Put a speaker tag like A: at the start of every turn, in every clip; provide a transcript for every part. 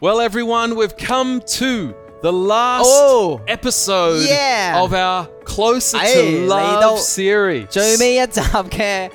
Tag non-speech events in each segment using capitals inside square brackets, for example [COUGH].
A: Well, everyone, we've come to the last
B: Oh.
A: episode
B: Yeah.
A: of our Closer to
B: 哎，
A: Love
B: 嚟到
A: series.
B: 最尾一集嘅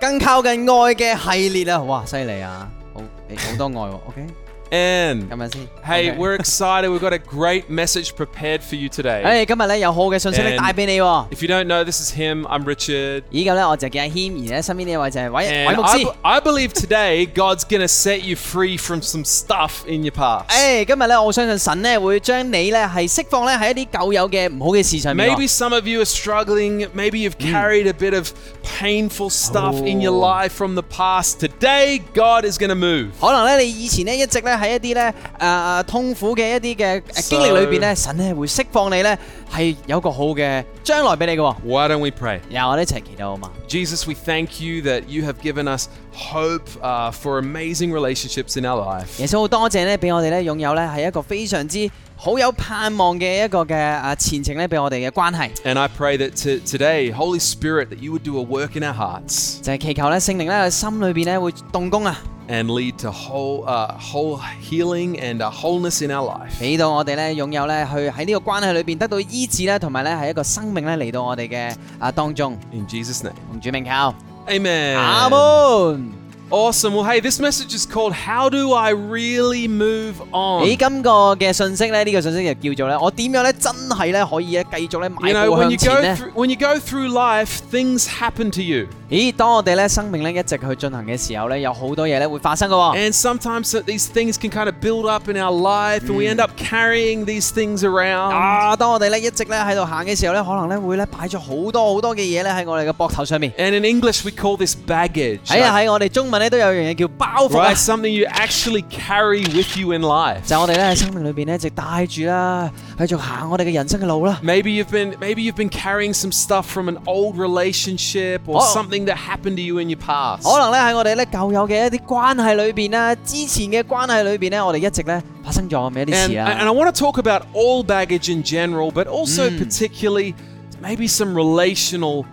B: 更靠近愛嘅系列啊！哇，犀利啊！好，你好多愛喎。OK，
A: And
B: 今日先。
A: hey,
B: OK
A: [LAUGHS] we're excited. We've got a great message prepared for you today.
B: 誒，今日咧有好嘅信息咧
A: And-
B: 帶俾你喎。
A: If you don't know, this is him. I'm Richard.
B: 依家咧我就叫阿軒，而咧身邊呢位就係偉偉
A: And
B: 牧
A: I,
B: 師
A: be-。I believe today God's going to set you free from some stuff in your past.
B: 誒，今日咧我相信神咧會將你咧係釋放咧喺一啲舊有嘅唔好嘅事上面喎。
A: Maybe some of you are Mm. struggling. Maybe you've carried a bit of painful stuff in your
B: Oh.
A: life from the past. Today, God is going to move.
B: 可能咧，你以前咧一直咧喺一啲咧誒痛苦嘅一啲嘅呃
A: So-
B: 經歷裏邊咧，神咧會釋放你咧係有個好嘅將來俾你嘅喎。
A: Why don't we pray?
B: 然後我哋一齊祈禱好嘛？
A: Jesus, we thank you that you have given us hope uh, for amazing relationships in our life.
B: 耶穌好多謝咧，俾我哋咧擁有咧係一個非常之好有盼望嘅一個嘅誒前程咧，俾我哋嘅關係。
A: And I pray that to today, Holy Spirit, that you would do a work in our hearts
B: 就係祈求咧聖靈咧喺心裏邊咧會動工啊，
A: and lead to whole, uh, whole healing and a wholeness in our life.
B: 俾到我哋咧擁有咧去喺呢個關係裏邊得到醫治咧，同埋咧係一個生命咧嚟到我哋嘅啊當中。
A: In Jesus' name.
B: 同主名靠，
A: Amen.
B: 阿門。
A: Awesome. Well, hey, this message is called How Do I Really Move On?
B: 咦，今個嘅信息咧，呢、個信息就叫做咧，我點樣咧真係咧可以咧繼續咧
A: You
B: 邁
A: know,
B: 步
A: when
B: 向
A: you
B: 前
A: go
B: 咧？
A: through, when you go through life, things happen to you,
B: 咦，當我哋咧生命咧一直去進行嘅時候咧，有好多嘢咧會發生嘅喎。
A: and sometimes that these things can kind of build up in our life, and we end up carrying these things around.
B: 啊！當我哋咧一直咧喺度行嘅時候咧，可能咧會咧擺咗好多好多嘅嘢咧喺我哋嘅膊頭上面。
A: And in English, we call this baggage.
B: 喺啊
A: like,
B: 喺我哋中文咧都有樣嘢叫包袱啊
A: right, something you actually carry with you in life.
B: 就係我哋咧喺生命裏邊咧一直帶住啦，繼續行我哋嘅人生嘅路啦。
A: Maybe you've been maybe you've been carrying some stuff from an old relationship or
B: Oh.
A: something that happened to you in your past.
B: 可能咧喺我哋咧舊有嘅一啲關係裏邊啦，之前嘅關係裏邊咧，我哋一直咧發生咗咁一啲
A: And,
B: 事
A: and
B: 啊
A: I。want to talk about all baggage in general, but also particularly maybe some relational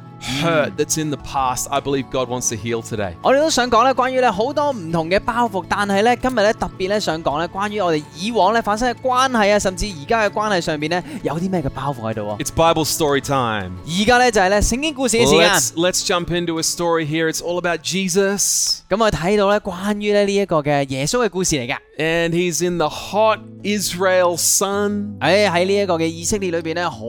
A: hurt that's in the past. I believe God wants to heal today.
B: 我哋都想講咧，關於咧好多唔同嘅包袱，但係咧今日咧特別咧想講咧，關於我哋以往咧發生嘅關係啊，甚至而家嘅關係上邊咧，有啲咩嘅包袱喺度喎？
A: It's Bible story time.
B: 而家咧就係咧聖經故事嘅時間，
A: Let's, let's jump into a story here. It's all about Jesus,
B: 咁我睇到咧關於咧呢一個嘅耶穌嘅故事嚟㗎。
A: and he's in the hot Israel sun,
B: 哎喺喺呢一個嘅以色列裏邊咧，好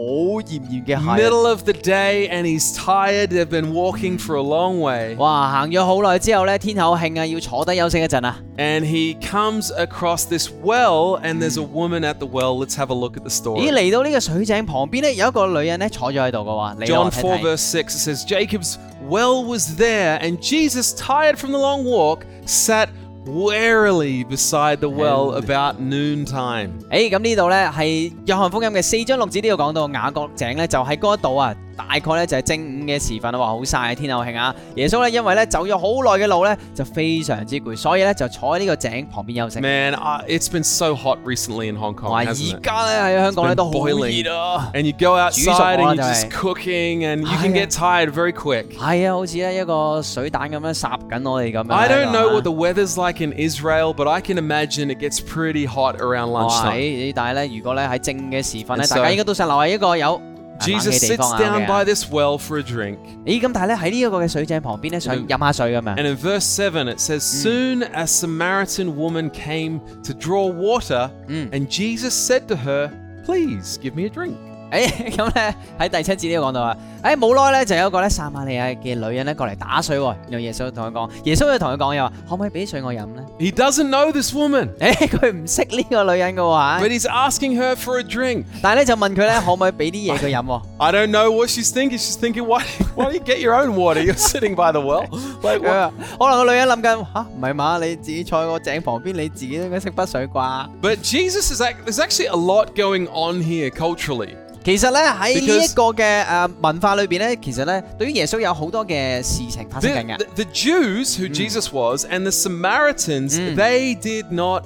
B: 炎炎嘅夏日
A: middle of the day, and he's tired. They've been walking for a long way,
B: 哇，行咗好耐之後咧，天口慶啊，要坐低休息一陣啊。
A: and he comes across this well, and there's a woman at the well. Let's have a look at the story.
B: 咦，嚟到呢個水井旁邊咧，有一個女人咧坐咗喺度嘅喎，你
A: John
B: 我睇
A: 4,
B: 睇。
A: verse 6, it says, Jacob's well was there, and Jesus, tired from the long walk, sat wearily beside the well
B: And-
A: about noontime.
B: 誒哎咁呢度呢係約翰福音嘅四章六節呢度講到雅各井呢，就喺嗰度啊，大概呢就係正午嘅時分啊，話好晒天后慶啊！耶穌呢，因為呢走咗好耐嘅路呢，就非常之攰，所以呢就坐喺呢個井旁邊休息。
A: Man, I, it's been so hot recently in Hong
B: 話
A: Kong,
B: 而
A: hasn't it?
B: 家呢喺香港呢
A: It's
B: 都
A: been
B: 好熱
A: boiling.
B: 啊！
A: And you go outside and you're just
B: 煮熟我就係。
A: cooking, and you can
B: Ah, yeah.
A: get tired very quick.
B: 係啊，好似呢一個水蛋咁樣烚緊我哋咁樣。
A: I don't know what the weather's like in Israel, but I can imagine it gets pretty hot around
B: 哇
A: lunchtime.
B: 誒但係呢，如果呢喺正嘅時分呢，
A: And so-
B: 大家應該都想留喺一個有冷氣
A: Jesus
B: 地
A: sits
B: 方啊
A: down
B: 咁
A: by
B: 樣
A: this well for a drink.
B: 咦，咁但係咧喺呢一個嘅水井旁邊咧，想飲下水咁樣。
A: Mm。 And in verse 7, it says, Soon a Samaritan woman came to draw water,
B: Mm.
A: and Jesus said to her, Please give me a drink.
B: 誒咁咧喺第七節呢度講到啊，誒冇耐咧就有一個咧撒瑪利亞嘅女人咧過嚟打水喎，然後耶穌同佢講，耶穌就同佢講又話，可唔可以俾水我飲咧？
A: He doesn't know this woman,
B: [LAUGHS] 誒佢唔識呢個女人嘅喎
A: but
B: 嚇
A: he's asking her for a drink.
B: 但係咧就問佢咧可唔可以俾啲嘢佢飲喎？
A: I don't know what she's thinking. She's thinking, Why, [LAUGHS] why don't you get your own water? You're sitting by the well. Like,
B: 佢
A: what?
B: 話可能個女人諗緊吓，唔係嘛？你自己坐個井旁邊，你自己都應該識筆水啩？
A: But Jesus is like, there's actually a lot going on here culturally.
B: 其實咧喺呢一
A: Because-
B: 個嘅
A: à,
B: 誒文化裏邊咧，其實咧對於耶穌有好多嘅事情發
A: The,
B: 生緊嘅。
A: the- the Jews, who Jesus was, and the Samaritans,
B: Mm.
A: they did not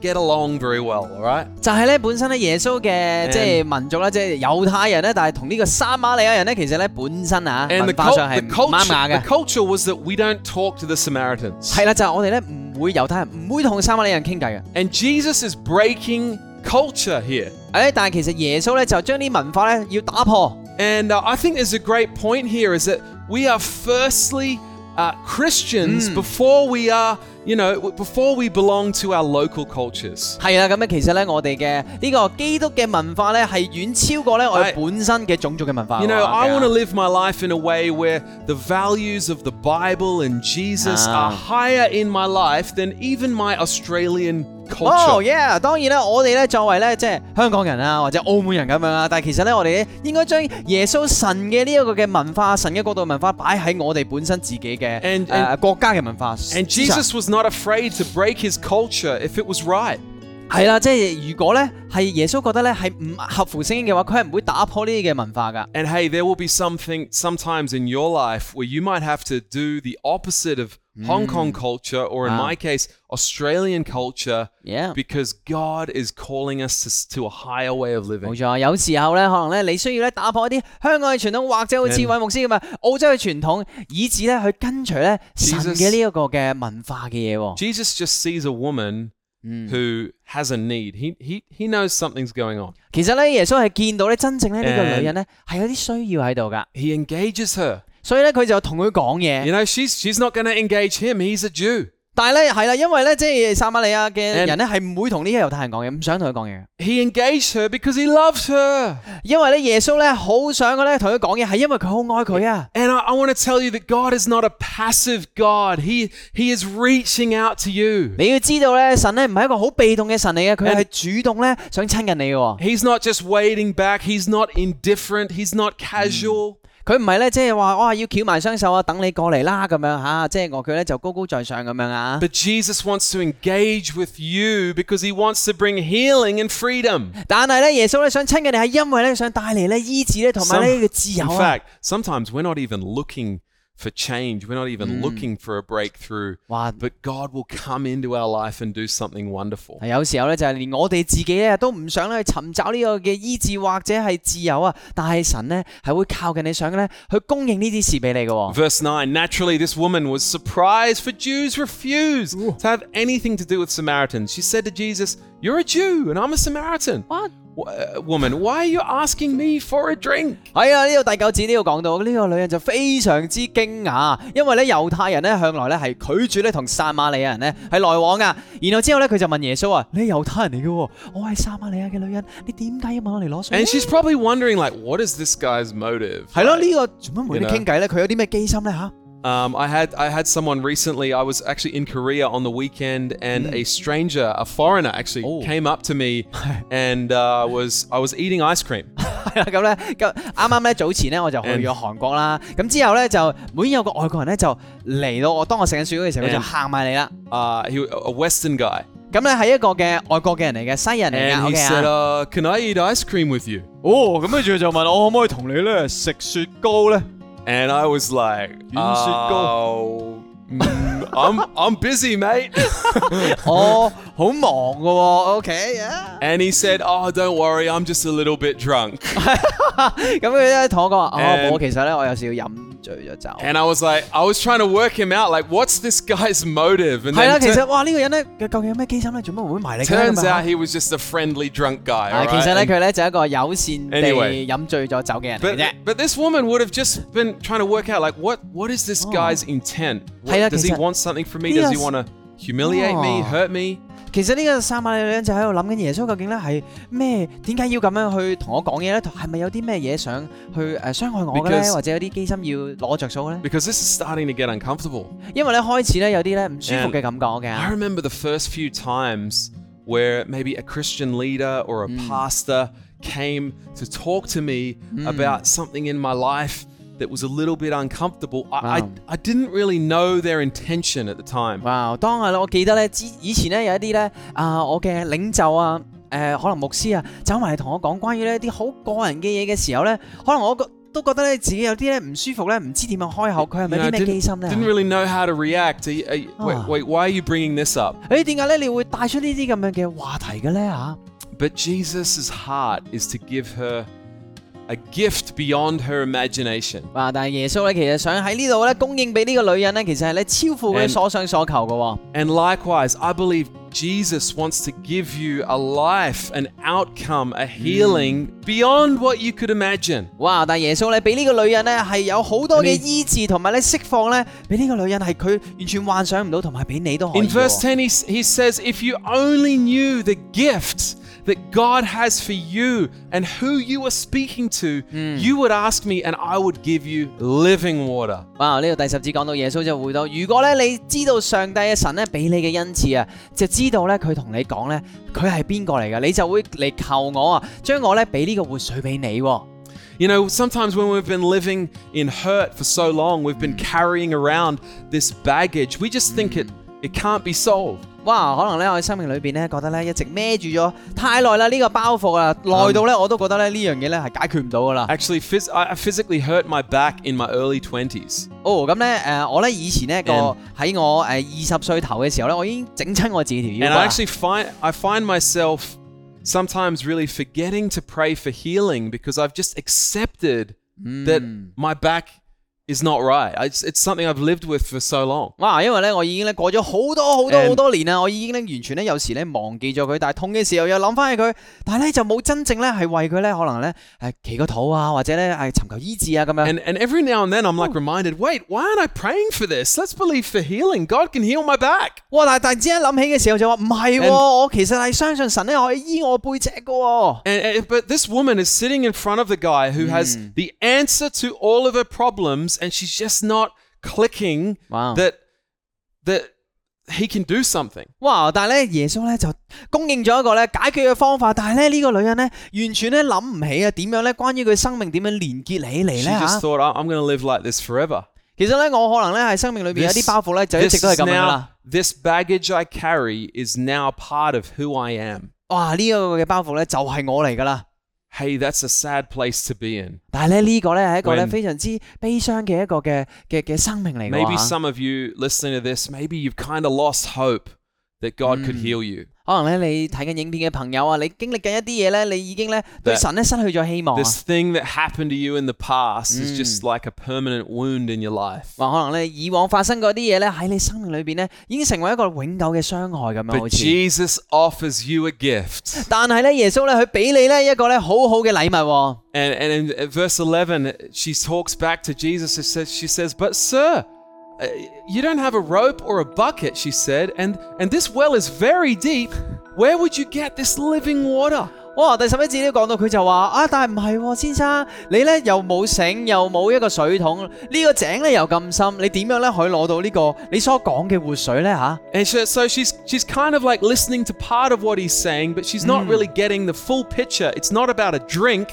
A: get along very well, all right?
B: 就係咧，本身咧耶穌嘅
A: And-
B: 即係民族啦，即係猶太人咧，但係同呢個撒瑪利亞人咧，其實咧本身啊
A: And the,
B: 文化
A: cul-
B: 上
A: the
B: 係唔
A: culture,
B: 啱眼
A: the
B: 嘅。
A: culture was that we don't talk to the Samaritans.
B: 係啦，就係我哋咧唔唔會猶太人唔會同撒瑪利亞人傾偈嘅。
A: And Jesus is breaking culture here.
B: 诶、但係其實耶穌咧就將啲文化咧要打破。
A: And uh, I think there's a great point here is that we are firstly uh, Christians before we are, you know, w- before we belong to our local cultures.
B: 係啊啦，咁咧其實咧我哋嘅呢個基督嘅文化咧係遠超過咧我哋
A: 係
B: 本身嘅種族嘅文化㗎
A: You
B: 嘛。
A: know, I
B: 係啊
A: want to live my life in a way where the values of the Bible and Jesus
B: Ah.
A: are higher in my life than even my Australian culture.
B: 哦、yeah！當然啦，我哋咧作為咧即係香港人啊，或者澳門人咁樣啦，但係其實咧我哋咧應該將耶穌神嘅呢一個嘅文化、神嘅國度嘅文化擺喺我哋本身自己嘅
A: And-
B: 誒
A: and-
B: 國家嘅文化
A: And
B: 之上
A: Jesus was not afraid to break his culture if it was right.
B: [LAUGHS] 係啦，即係如果咧係耶穌覺得咧係唔合乎聖經嘅話，佢係唔會打破呢啲嘅文化㗎。
A: And hey, there will be something sometimes in your life where you might have to do the opposite of Hong Kong culture, or in
B: Wow.
A: my case, Australian culture,
B: Yeah.
A: because God is calling us to, s- to a higher way of living.
B: 冇錯，啊有時候咧，可能咧你需要咧打破一啲香港嘅傳統，或者好似
A: 嗯
B: 韋牧師咁啊，澳洲嘅傳統，以至咧去跟隨咧神
A: Jesus-
B: 嘅呢一個嘅文化嘅嘢喎。
A: Jesus just sees a woman who has a need. He, he, he knows something's going on.
B: 其實咧，耶穌係見到咧真正咧呢個
A: And-
B: 女人咧係有啲需要喺度噶，
A: He engages her.
B: 所以咧佢就同佢講嘢
A: You。know, she's, she's not going to engage him. He's a Jew.
B: 但係咧係啦，因為咧即係撒瑪利亞嘅
A: And-
B: 人咧係唔會同呢個猶太人講嘢，唔想同佢講嘢嘅。
A: He engaged her because he loves her.
B: 因為咧耶穌咧好想佢咧同佢講嘢，係因為佢好愛佢啊。
A: And I, I want to tell you that God is not a passive God. He He is reaching out to you.
B: 你要知道咧，神咧唔係一個好被動嘅神嚟嘅，佢
A: And-
B: 係主動咧想親近你嘅喎。
A: He's not just waiting back. He's not indifferent. He's not casual.
B: 佢唔係咧，即係話哇要翹埋雙手啊，等你過嚟啦咁樣吓，即係我佢咧就高高在上咁樣啊。
A: But Jesus wants to engage with you because he wants to bring healing and freedom.
B: 但係咧，耶穌咧想親近你，係因為咧想帶嚟咧醫治咧，同埋
A: Some-
B: 咧呢個自由
A: in
B: 啊。
A: fact, sometimes we're not even looking for change. We're not even looking for a breakthrough.
B: Wow.
A: But God will come into our life and do something wonderful.
B: 係有時候咧，就係連我哋自己咧都唔想咧去尋找呢個嘅醫治或者係自由啊，但係神咧係會靠近你想咧去供應呢啲事俾你嘅喎。
A: Verse 9 Naturally, this woman was surprised, for Jews refuse to have anything to do with Samaritans. She said to Jesus, You're a Jew, and I'm a Samaritan.
B: What?
A: W- uh, woman, why are you asking me for a drink?
B: 係啊，呢度第九節呢度講到呢個女人就非常之驚訝，因為咧猶太人咧向來咧係拒絕咧同撒瑪利亞人咧係來往噶。然後之後咧佢就問耶穌啊：你係猶太人嚟嘅喎，我係撒瑪利亞嘅女人，你點解要問我嚟攞水呢
A: And？she's probably wondering, like, what is this guy's motive?
B: 係咯，呢個做乜冇你
A: You know.
B: 傾偈咧？佢有啲咩機心咧吓？
A: Um, I had I had someone recently. I was actually in Korea on the weekend, and a stranger, a foreigner, actually
B: Oh.
A: came up to me, and uh, was I was eating ice cream.
B: 係啦，咁咧，咁啱啱咧早前咧我就去咗
A: And-
B: 韓國啦，咁之後咧就每有個外國人咧就嚟到我，當我食緊雪糕嘅時候，佢就
A: And-
B: 行埋嚟啦。
A: Uh, he a Western guy,
B: 咁咧係一個嘅外國嘅人嚟嘅，西人嚟
A: and
B: 嘅
A: he
B: ，OK 啊
A: said, uh, "Can I eat ice cream with you?"
B: 哦，咁跟住就問我可唔可以同你咧食雪糕 [LAUGHS] 咧？
A: And I was like,
B: You should
A: "Oh, mm, I'm I'm busy, mate."
B: 我好忙噶喎，OK 啊。
A: And he said, "Oh, don't worry, I'm just a little bit drunk."
B: 咁佢咧同我講話，哦，
A: And-
B: 我其實咧我有時要飲醉咗酒。
A: And I was like, I was trying to work him out, like, what's this guy's motive? And
B: 係啦，
A: then
B: 其
A: tur-
B: 實哇呢個人咧，佢究竟有咩機心咧？做乜會埋你嘅
A: turns
B: 咁啊
A: out he was just a friendly drunk guy.
B: 啊
A: alright?
B: 其實咧
A: And-
B: 佢咧就係一個友善地
A: Anyway
B: 飲醉咗酒嘅人嚟
A: but,
B: 嘅啫。
A: but this woman would have just been trying to work out, like, what what is this guy's intent? What-
B: Oh. Hey,
A: does he
B: okay, so-
A: want something from me? Does he
B: Yes.
A: want to humiliate me,
B: Oh.
A: hurt me?
B: 其實呢個撒瑪利亞女人就喺度諗緊耶穌究竟咧係咩？點解要咁樣去同我講嘢咧？同係咪有啲咩嘢想去誒傷害我嘅咧？
A: Because-
B: 或者有啲機心要攞着數咧？
A: Because this is starting to get uncomfortable.
B: 因為咧開始咧有啲咧唔舒服嘅感覺
A: I
B: 嘅。
A: remember the first few times where maybe a Christian leader or a pastor came to talk to me about something in my life that was a little bit uncomfortable. I,
B: Wow.
A: I, I didn't really know their intention at the time.
B: 哇！當啊，我記得咧之以前咧有一啲咧啊，我嘅領袖啊。誒、可能牧師啊，走埋嚟同我講關於呢啲好個人嘅嘢嘅時候咧，可能我覺都覺得咧自己有啲咧唔舒服咧，唔知點樣開口，佢係咪
A: You know,
B: 有
A: I
B: 啲咩機
A: didn't,
B: 心咧？
A: didn't really know how to react. Are you- are you-
B: Ah.
A: wait, wait, why are you bringing this up?
B: 誒點解咧你會帶出呢啲咁樣嘅話題嘅咧嚇？
A: But Jesus' heart is to give her a gift beyond her imagination.
B: 哇！但係耶穌咧，其實想喺呢度咧供應俾呢個女人咧，其實係咧超乎佢
A: And-
B: 所想所求嘅喎。
A: And likewise, I believe Jesus wants to give you a life, an outcome, a healing beyond what you could imagine.
B: 哇！但係耶穌咧俾呢個女人咧係有好多嘅
A: And he-
B: 醫治同埋咧釋放咧，俾呢個女人係佢完全幻想唔到，同埋俾你都可以
A: In verse
B: 喎。
A: 10, he, he says, If you only knew the gift that God has for you and who you are speaking to, you would ask me, and I would give you living water.
B: 哇！呢度第十節講到耶穌就回到，如果咧你知道上帝嘅神咧俾你嘅恩賜啊，就知道咧佢同你講咧佢係邊個嚟㗎，你就會嚟求我啊，將我咧俾呢個活水俾你喎。
A: You know, sometimes when we've been living in hurt for so long, we've been carrying around this baggage, we just think it, it can't be solved.
B: 哇！可能咧我喺生命裏邊咧覺得咧一直孭住咗太耐啦，呢、個包袱啊，耐到咧我都覺得咧呢樣嘢咧係解決唔到㗎啦。
A: Actually, phys- I I physically hurt my back in my early 20s.
B: 哦，咁咧誒，我咧以前咧個
A: And-
B: 喺我誒二十歲頭嘅時候咧，我已經整親我自己條
A: And
B: 腰啊骨
A: I
B: 啦。
A: actually find I find myself sometimes really forgetting to pray for healing because I've just accepted that my back is not right. I- It's, it's something I've lived with for so long.
B: 哇！因為咧，我已經咧過咗好多好多
A: And-
B: 好多年啦，我已經咧完全咧有時咧忘記咗佢，但係痛嘅時候又諗翻起佢，但係咧就冇真正咧係為佢咧可能咧誒祈個禱啊，或者咧係尋求醫治啊咁樣。
A: And and every now and then I'm like reminded, wait, why aren't I praying for this? Let's believe for healing. God can heal my back.
B: 哇！但係突然之間諗起嘅時候就話唔係喎，
A: And-
B: 我其實係相信神咧可以醫我背脊嘅喎。
A: And, and- but this woman is sitting in front of the guy who has the answer to all of her problems, and she's just not clicking
B: Wow.
A: that that he can do something.
B: 哇！但係咧，耶穌咧就供應咗一個咧解決嘅方法，但係咧呢、個女人咧完全咧諗唔起啊，點樣咧關於佢生命點樣連結起嚟咧
A: She
B: 嚇
A: just thought, "I- I'm going to live like this forever.
B: 其實咧，我可能咧喺生命裏邊有
A: This-
B: 啲包袱咧，就一直
A: this
B: 都係
A: is
B: 咁樣噶
A: now,
B: 啦。
A: this baggage I carry is now part of who I am.
B: 哇！呢、個嘅包袱咧就係我嚟噶啦。
A: Hey, that's a sad place to be in.
B: 但係咧呢個咧係一個咧
A: When-
B: 非常之悲傷嘅一個嘅嘅嘅生命嚟嘅
A: Maybe
B: 喎嚇
A: some of you listening to this, maybe you've kind of lost hope that God could heal you.
B: 可能咧你睇緊影片嘅朋友啊，你經歷緊一啲嘢咧，你已經咧對
A: That-
B: 神咧失去咗希望啊
A: This thing that happened to you in the past is just like a permanent wound in your life.
B: 話可能咧以往發生嗰啲嘢咧喺你生命裏邊咧已經成為一個永久嘅傷害咁樣，好
A: But
B: 似。
A: Jesus offers you a gift.
B: 但係咧，耶穌咧，佢俾你咧一個咧好好嘅禮物、喎。
A: And, and in uh, verse 11, she talks back to Jesus. She says, she says But sir, uh, you don't have a rope or a bucket, she said, and, and this well is very deep. Where would you get this living water?
B: 哇！第十一節都講到佢就話啊，但係唔係喎，先生，你咧又冇繩，又冇一個水桶，呢、個井咧又咁深，你點樣咧可以攞到呢、個你所講嘅活水咧吓？
A: And so, so she's, she's kind of like listening to part of what he's saying, but she's not really getting the full picture. It's not about a drink,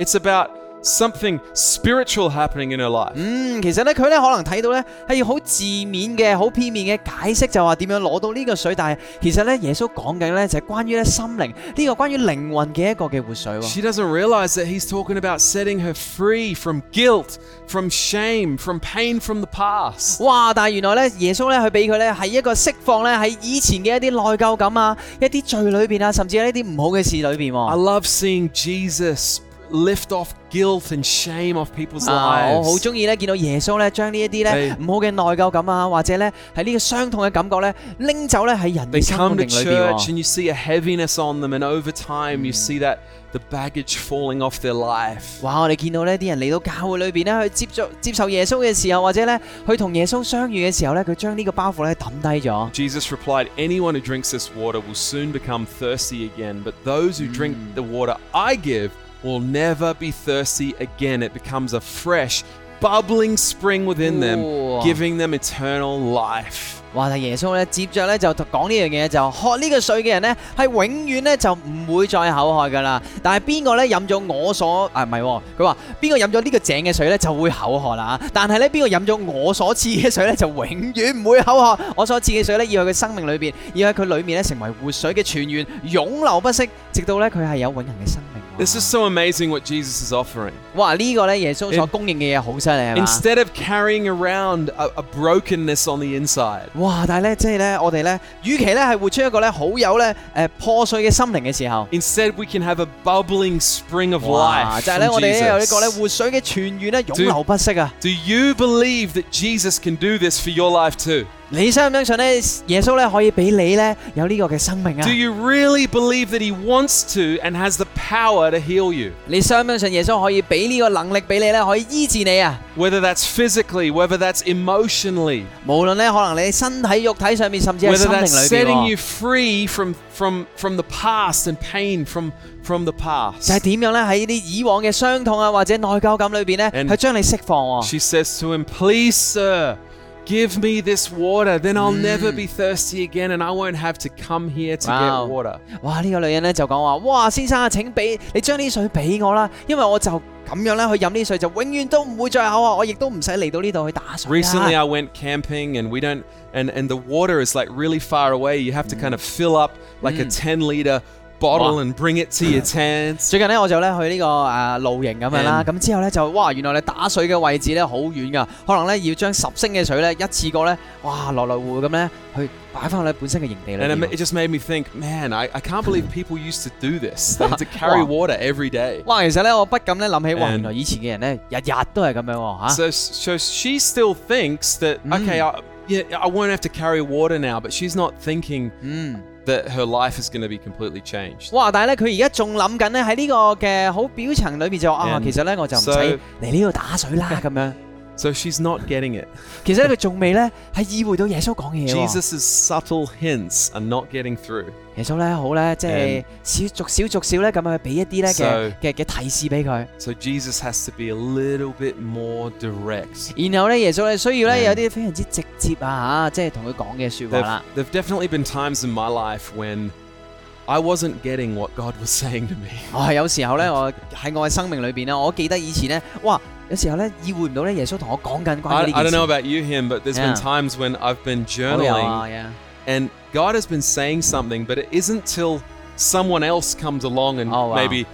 A: it's about something spiritual happening in her life.
B: 嗯，其實咧佢咧可能睇到咧係好字面嘅、好片面嘅解釋，就話點樣攞到呢個水，但係其實咧耶穌講緊咧就係、關於咧心靈呢、個關於靈魂嘅一個嘅活水、喎。
A: She doesn't realize that he's talking about setting her free from guilt, from shame, from pain from the past.
B: 哇！但係原來咧，耶穌咧，佢俾佢咧係一個釋放咧，喺以前嘅一啲內疚感啊，一啲罪裏邊啊，甚至係一啲唔好嘅事裏邊
A: I
B: 喎。
A: love seeing Jesus lift off guilt and shame off people's
B: 啊！我好
A: lives.
B: 中意咧，見到耶穌咧，將呢一啲咧
A: 係
B: 唔好嘅內疚感啊，或者咧喺呢個傷痛嘅感覺咧，拎走咧喺人
A: They
B: 嘅生
A: come
B: 命裏
A: to
B: 邊
A: church
B: 喎。
A: and you see a heaviness on them, and over time you see that the baggage falling off their life.
B: 哇！我哋見到呢啲人嚟到教會裏邊咧，去接觸接受耶穌嘅時候，或者咧去同耶穌相遇嘅時候咧，佢將呢個包袱咧抌低咗。
A: Jesus replied, Anyone who drinks this water will soon become thirsty again, but those who drink the water I give will never be thirsty again. It becomes a fresh, bubbling spring within
B: Ooh.
A: them, giving them eternal life.
B: 哇！但耶穌咧，接着咧就講呢樣嘢，就喝呢個水嘅人咧，係永遠咧就唔會再口渴噶啦。但係邊個咧飲咗我所啊唔係喎，佢話邊個飲咗呢個井嘅水咧就會口渴啦。但係咧邊個飲咗我所賜嘅水咧就永遠唔會口渴。我所賜嘅水咧要喺佢生命裏邊，要喺佢裏面咧成為活水嘅泉源，永流不息，直到咧佢係有永恆嘅生命。
A: This is so amazing what Jesus is offering.
B: 哇！呢、個咧耶穌所
A: In-
B: 供應嘅嘢好犀利啊係嘛？
A: Instead of carrying around a, a brokenness on the inside,
B: 哇！但係咧，即係咧，我哋咧，與其咧係活出一個咧好有咧誒、呃破碎嘅心靈嘅時候，
A: instead we can have a bubbling spring of
B: 哇！
A: life.
B: 就係咧，
A: from
B: 我哋咧有呢個咧
A: Jesus.
B: 活水嘅泉源咧，湧流不息啊！
A: Do you believe that Jesus can do this for your life too?
B: 你相唔相信咧？耶穌咧可以俾你咧有呢個嘅生命啊
A: Do！you really believe that He wants to and has the power to heal you?
B: 你相唔相信耶穌可以俾呢個能力俾你咧，可以醫治你啊？
A: Whether that's physically, whether that's emotionally,
B: 無論咧，可能你身體、肉體上面，甚至係
A: whether
B: 心
A: that's
B: 靈裏
A: setting
B: 邊
A: you
B: 喎，
A: free from, from, from the past and pain from, from the
B: 就係
A: past.
B: 點樣咧喺啲以往嘅傷痛啊，或者內疚感裏邊咧，
A: And-
B: 去將你釋放喎。
A: She says to him, Please, sir, give me this water, then I'll
B: Mm.
A: never be thirsty again and I won't have to come here to
B: Wow.
A: get water.
B: 哇！呢、個女人咧就講話：，哇，先生啊，請俾你將呢水俾我啦，因為我就咁樣咧去飲呢水，就永遠都唔會再口啊！我亦都唔使嚟到呢度去打水啊
A: Recently,
B: 啦。
A: I went camping, and we don't, and and the water is like really far away. You have to kind of fill up like a ten liter bottle
B: Mm. Wow.
A: and bring it to
B: [LAUGHS]
A: your tent.
B: 最近咧我就咧去呢、個呃露營咁樣啦，咁之後咧就哇，原來你打水嘅位置咧好遠噶，可能咧要將十升嘅水咧一次過咧，哇來來回回咁咧去擺翻去本身嘅營地裏
A: And
B: 邊
A: it, ma-
B: 喎。
A: it just made me think, man, I, I can't believe people used to do this. They had
B: [LAUGHS]
A: to carry
B: Wow.
A: water every day.
B: 哇！其實咧我不禁咧諗起，哇！
A: And-
B: 原來以前嘅人咧日日都係咁樣喎嚇。
A: So, so she still thinks that
B: Mm.
A: okay, I, yeah, I won't have to carry water now. But she's not thinking
B: 嗯。
A: that her life is going to be completely changed.
B: 哇！但係咧，佢而家仲諗緊咧喺呢個嘅好表層裏邊就話啊，
A: And
B: 其實咧我就唔使
A: so-
B: 嚟呢度打水啦咁樣。 [LAUGHS]
A: So she's not getting it.
B: 其實咧佢仲未咧係意會到耶穌講嘅嘢喎。
A: Jesus' subtle hints are not getting through.
B: 耶穌咧好咧，即係少逐少逐少咧咁樣去俾一啲咧
A: So-
B: 嘅嘅嘅提示俾佢。
A: So Jesus has to be a little bit more direct.
B: 然後咧耶穌咧需要咧
A: And-
B: 有啲非常之直接啊嚇，即係同佢講嘅説話
A: There've,
B: 啦。
A: there've definitely been times in my life when I wasn't getting what God was [LAUGHS] saying to me.
B: 我係哦有時候咧，我喺我嘅生命裏邊咧，我記得以前咧，哇！有時候咧意會唔到咧耶穌同我講緊
A: I,
B: 關於
A: I don't
B: 呢件
A: know
B: 事。
A: about you, him, but there's
B: Yeah.
A: been times when I've been
B: 我有
A: journaling
B: 啊，yeah
A: and God has been saying something, but it isn't till someone else comes along and
B: Oh, wow.
A: maybe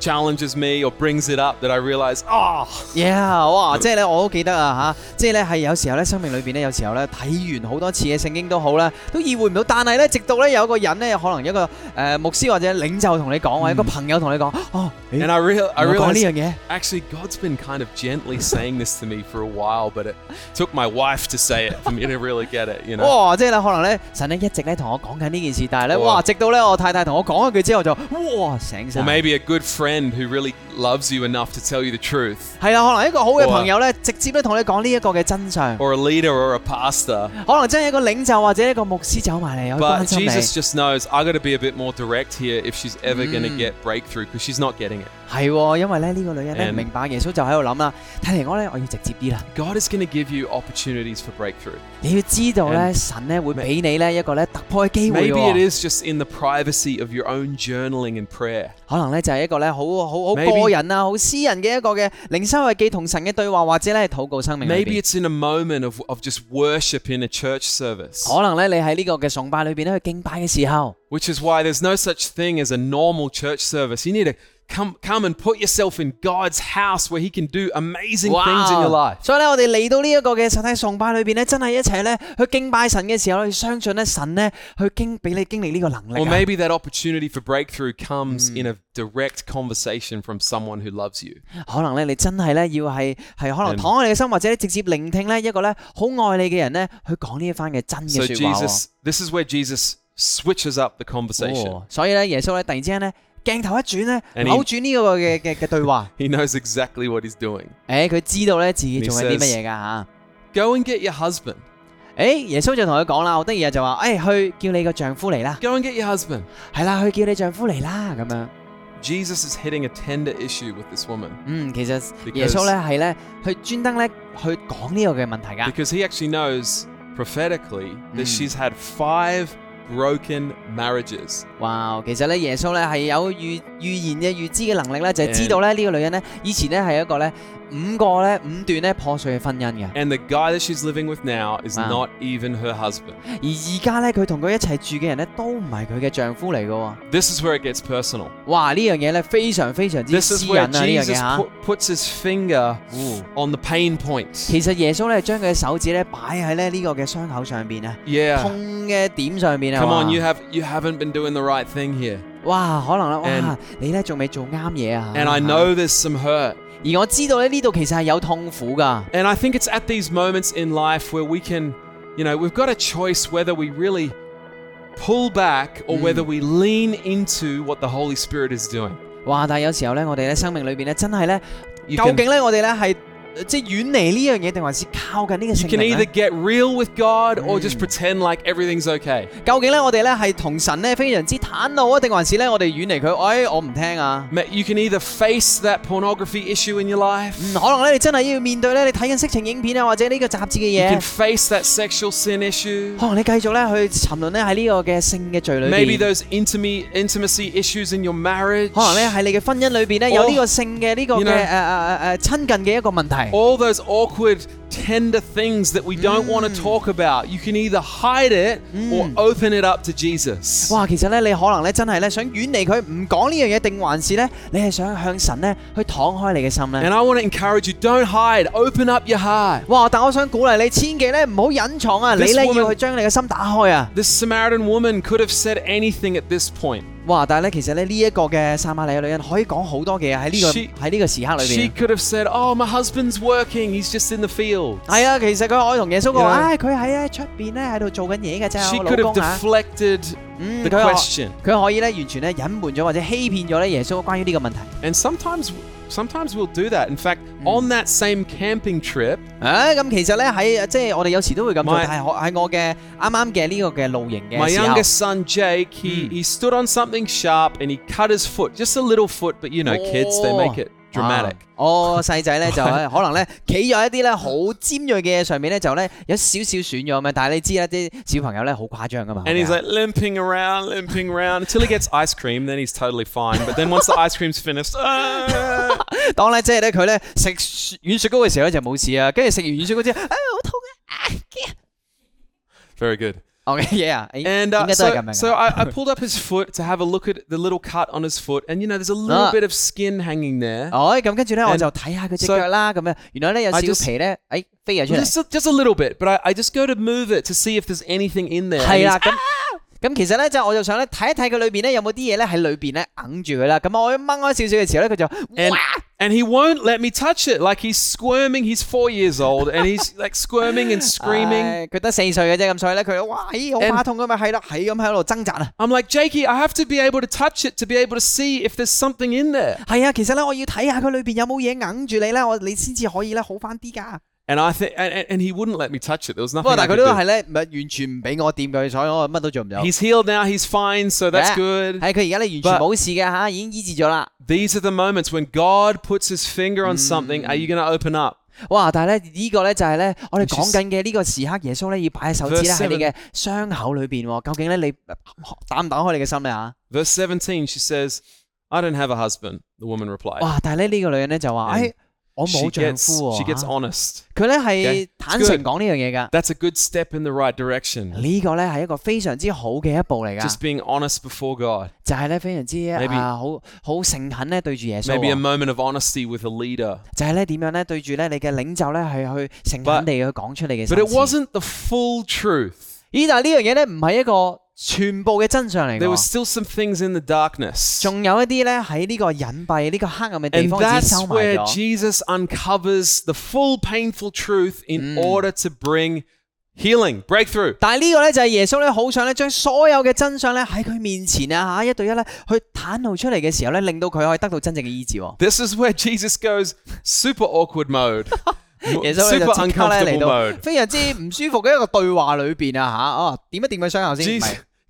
A: challenges me or brings it up that I realize, oh,
B: Yeah，哇！即係咧，我都記得啊吓，即係咧係有時候咧，生命裏邊咧，有時候咧睇完好多次嘅聖經都好啦，都意會唔到。但係咧，直到咧有個人咧，可能一個誒、呃牧師或者領袖同你講，
A: 嗯
B: 或者一個朋友同你講，哦，你
A: and I, real 啊 I
B: 我講
A: realize
B: 呢樣嘢，
A: Actually, God's been kind of gently saying this to me for a while, but it took my wife to say it for me to really get it, you know?
B: 哇！即係咧，可能咧神咧一直咧同我講緊呢件事，但係咧，
A: 哇
B: 哇！直到咧我太太同我講一句之後就，哇醒
A: Or
B: 晒。
A: maybe a good friend who really loves you enough to tell you the truth,
B: 係啦，可能一個好嘅
A: 哇
B: 朋友咧，直接咧同你講呢一個嘅真相，
A: or a leader or a pastor.
B: 可能真係一個領袖或者一個牧師走埋嚟，去關
A: But
B: 心你。
A: Jesus just knows I got to be a bit more direct here if she's ever going to get breakthrough because she's not getting it.
B: 係喎，因為咧呢個女人咧
A: And-
B: 唔明白，耶穌就喺度諗啦。睇嚟我咧，我要直接啲啦。
A: God is going to give you opportunities for breakthrough.
B: 你要知道咧，
A: And-
B: 神咧會俾你咧一個咧突破嘅機會
A: Maybe it
B: 喎。
A: is just in the privacy of your own journaling and prayer.
B: 可能咧就係一個咧好好好
A: Maybe-
B: 個人啊、好私人嘅一個嘅靈修日記同神嘅對話，或者咧禱告生命裏
A: Maybe
B: 邊。
A: it's in a moment of, of just worship in a church service.
B: 可能咧你喺呢個嘅崇拜裏邊咧去敬拜嘅時候，
A: Which is why there's no such thing as a normal church service. You need to come come and put yourself in God's house where he can do amazing things in your
B: 哇
A: life.！
B: 所以咧我哋嚟到呢一個嘅實體崇拜裏邊咧，真係一齊咧去敬拜神嘅時候，去相信咧神咧去經俾你經歷呢個能力
A: Or
B: 啊
A: maybe that opportunity for breakthrough comes in a direct conversation from someone who loves you.
B: 可能咧，你真係咧要係係可能
A: And-
B: 躺喺你嘅心，或者直接聆聽咧一個咧好愛你嘅人咧去講呢一番嘅真
A: So
B: 嘅说話喎。
A: Jesus this is where Jesus switches up the conversation.
B: 哦所以咧，耶穌咧突然之間咧鏡頭一轉咧，
A: And he-
B: 扭轉呢個嘅嘅嘅
A: [LAUGHS]
B: 對話。
A: He knows exactly what he's doing.
B: 誒，佢知道咧自己
A: And he
B: 做緊啲乜
A: says-
B: 嘢㗎嚇。
A: Go and get your husband.
B: 誒，耶穌就同佢講啦，好得意啊，就話誒去叫你個丈夫嚟啦，
A: Go and get your husband.
B: 係啦，去叫你丈夫嚟啦咁樣。
A: Jesus is hitting a tender issue with this woman
B: 嗯，其實
A: Because-
B: 耶穌咧係咧去專登咧去講呢個嘅問題㗎。
A: because he actually knows prophetically that
B: Mm.
A: she's had 5 broken marriages.
B: 哇！其實咧，耶穌咧係有預預言嘅預知嘅能力咧，就係
A: And-
B: 知道咧呢個女人咧以前咧係一個咧五個咧五段咧破碎嘅婚姻嘅，
A: And the guy that she's living with now is
B: Wow.
A: not even her husband.
B: 而而家咧佢同佢一齊住嘅人咧都唔係佢嘅丈夫嚟嘅喎。
A: This is where it gets personal.
B: 哇！呢樣嘢咧非常非常之
A: This is
B: 私隱
A: where
B: 啊！呢樣嘢
A: Jesus
B: 嚇
A: pu-，puts his finger
B: Ooh.
A: on the pain point.
B: 其實耶穌咧將佢嘅手指咧擺喺咧呢個嘅傷口上邊啊，痛
A: Yeah.
B: 嘅點上邊啊。
A: Come
B: 哇
A: on, you have you haven't been doing the right thing here.
B: 哇，可能啦，哇
A: And-，
B: 你咧仲未做啱嘢啊
A: And I know there's some hurt.
B: 而我知道咧呢度其實係有痛苦噶，
A: And I think it's at these moments in life where we can, you know, we've got a choice whether we really pull back or whether we lean into what the Holy Spirit is doing.
B: 哇！但係有時候咧，我哋咧生命裏邊咧真係咧，
A: You
B: 究
A: can,
B: 竟咧我哋咧係呃即係遠離呢樣嘢，定還是靠近呢個
A: you
B: 聖
A: can
B: 靈
A: either
B: 咧？
A: get real with God or
B: Mm.
A: just pretend like everything's okay.
B: 究竟咧我哋咧係同神咧非常之坦露啊，定還是咧我哋遠離佢？哎，我唔聽啊！
A: Ma- You can either face that pornography issue in your life,
B: 嗯，可能咧你真係要面對咧，你睇緊色情影片啊，或者呢個雜誌
A: you
B: 嘅
A: can
B: 嘢，
A: face that sexual sin issue,
B: 可能你繼續咧去沉淪咧喺呢個嘅性嘅罪裏
A: maybe
B: 邊。
A: those intimacy intimacy issues in your marriage,
B: 可能咧喺你嘅婚姻裏邊咧有呢個性嘅呢個嘅呃
A: You know-
B: 誒誒誒誒親近嘅一個問題。
A: all those awkward, tender things that we don't want to talk about. You can either hide it or open it up to Jesus.
B: 哇，其實咧，你可能咧真係咧想遠離佢，唔講呢樣嘢，定還是咧你係想向神咧去敞開你嘅心咧？
A: And I want to encourage you don't hide, open up your heart.
B: 哇！但我想鼓勵你，千祈咧唔好隱藏啊！你
A: This
B: 咧
A: woman-
B: 要去將你嘅心打開啊！
A: This Samaritan woman could have said anything at this point.
B: 哇！但係咧，其實咧呢一個嘅撒瑪利亞女人可以講好多嘅嘢喺呢個
A: She-
B: 喺呢個時刻裏
A: She
B: 邊。
A: could have said, Oh, my husband's working, he's just in the field.
B: 係啊，其實佢可以同耶穌講
A: You know-
B: 話，唉，佢喺咧出邊咧喺度做緊嘢嘅啫，
A: She
B: 我
A: could
B: 老
A: have
B: 公啊。
A: deflected
B: 嗯，
A: the
B: 佢可
A: question.
B: 佢可以咧完全咧隱瞞咗或者欺騙咗咧耶穌關於呢個問題。
A: And sometimes sometimes we'll do that. In fact, on that same camping trip,
B: 啊，咁其實咧喺即係我哋有時都會咁做，
A: My-
B: 但係我喺我嘅啱啱嘅呢個嘅露營嘅
A: my
B: 時候
A: youngest son Jake, he,
B: Mm.
A: he stood on something sharp and he cut his foot. Just a little foot, but you know, kids, they make
B: Oh,
A: it dramatic.
B: 啊我細仔咧
A: [LAUGHS]
B: 就係 Ah. 可能咧企咗一啲咧好尖鋭嘅嘢上面咧，就咧有少少損咗咁樣。但係你知啦，啲小朋友咧好誇張噶嘛。
A: And he's
B: 係咪
A: like limping around, limping around until he gets ice cream, then he's totally fine. But then once the ice cream's finished, [LAUGHS] "Ah."
B: 啊當咧即係咧佢咧食軟雪糕嘅時候咧就冇事啊，跟住食完軟雪糕之後，啊好痛啊！ [LAUGHS]
A: very good.
B: 哦嘢啊，哎
A: And
B: 應
A: uh,
B: 該都係咁
A: so,
B: 樣
A: so
B: 嘅。
A: I, I pulled up his foot to have a look at the little cut on his foot, and you know, there's a little
B: Ah. Oh,
A: bit of skin hanging there.
B: 哦，咁跟住咧
A: And
B: 我就睇下佢隻
A: so-
B: 腳啦，咁樣原來咧有
A: I
B: 少
A: just-
B: 皮咧，哎飛咗
A: [LAUGHS]
B: 出嚟。
A: Just a, just a little bit, but I, I just go to move it to see if there's anything in there.
B: 係
A: And
B: 啦，
A: he's-
B: 咁咁其實咧就我就想咧睇一睇佢裏邊咧有冇啲嘢咧喺裏邊咧揞住佢啦。咁我一掹開少少嘅時候咧，佢就
A: and,
B: 哇
A: and he won't let me touch it. Like he's squirming. He's four years old and [LAUGHS] he's like squirming and screaming.
B: 唉佢得四歲嘅啫，咁所以咧佢哇咦好
A: And-
B: 怕痛噶嘛，係啦，係咁喺度掙扎啊。
A: I'm like, Jakey, I have to be able to touch it to be able to see if there's something in there.
B: 係啊，其實咧我要睇下佢裏邊有冇嘢揞住你咧，我你先至可以咧好翻啲噶。
A: And I think, and, and- and he wouldn't let me touch it. There was
B: 不
A: nothing.
B: 過
A: I
B: 但係佢
A: could
B: 都
A: do.
B: 係咧，唔係完全唔俾我掂佢，所以我乜都做唔到。
A: He's healed now. He's fine. So that's
B: Yeah.
A: good.
B: 係佢而家咧完全
A: But-
B: 冇事嘅吓，已經醫治咗啦。
A: These are the moments when God puts his finger on something. Are you going to open up?
B: 哇！但係咧呢個咧就係咧我哋
A: Which
B: 講
A: is-
B: 緊嘅呢個時刻，耶穌咧要擺喺手指咧
A: Verse
B: 喺你嘅傷口裏邊喎。究竟咧你呃打唔打開你嘅心咧啊？
A: Verse 17, she says, I don't have a husband, the woman replied.
B: 哇！但係咧呢個女人咧就話：，
A: And
B: 哎，我
A: she
B: 冇丈
A: gets,
B: 夫
A: she gets
B: 喎。啊
A: honest.
B: 佢咧係
A: Okay.
B: 坦
A: It's
B: 誠
A: good.
B: 講呢樣嘢㗎。
A: That's a good step in the right direction.
B: 呢個咧係一個非常之好嘅一步嚟㗎，
A: Just being honest before God.
B: 就係咧非常之
A: Maybe-
B: 啊好好誠懇咧對住耶穌
A: Maybe a
B: 喎，
A: moment of honesty with a leader.
B: 就係咧點樣咧對住咧你嘅領袖咧係去誠懇
A: But-
B: 地去講出你嘅心
A: But it
B: 事。
A: wasn't the full truth.
B: 咦？但係呢樣嘢咧唔係一個全部嘅真相嚟
A: There
B: 㗎
A: were。still some things in the darkness.
B: 仲有一啲咧喺呢個隱蔽、呢、個黑暗嘅地
A: And
B: 方只收
A: that's
B: 埋
A: where
B: 咗。
A: Jesus uncovers the full painful truth in order to bring healing, breakthrough.
B: 但係呢個咧就係耶穌咧好想咧將所有嘅真相咧喺佢面前啊嚇一對一咧去袒露出嚟嘅時候咧，令到佢可以得到真正嘅醫治喎。
A: This is where Jesus goes super awkward mode, Mo-
B: 耶穌咧
A: super
B: 就即刻咧嚟
A: uncomfortable
B: 到
A: mode.
B: 非常之唔舒服嘅一個對話裏邊啊嚇，哦點一點佢傷口先，
A: Jesus,
B: 唔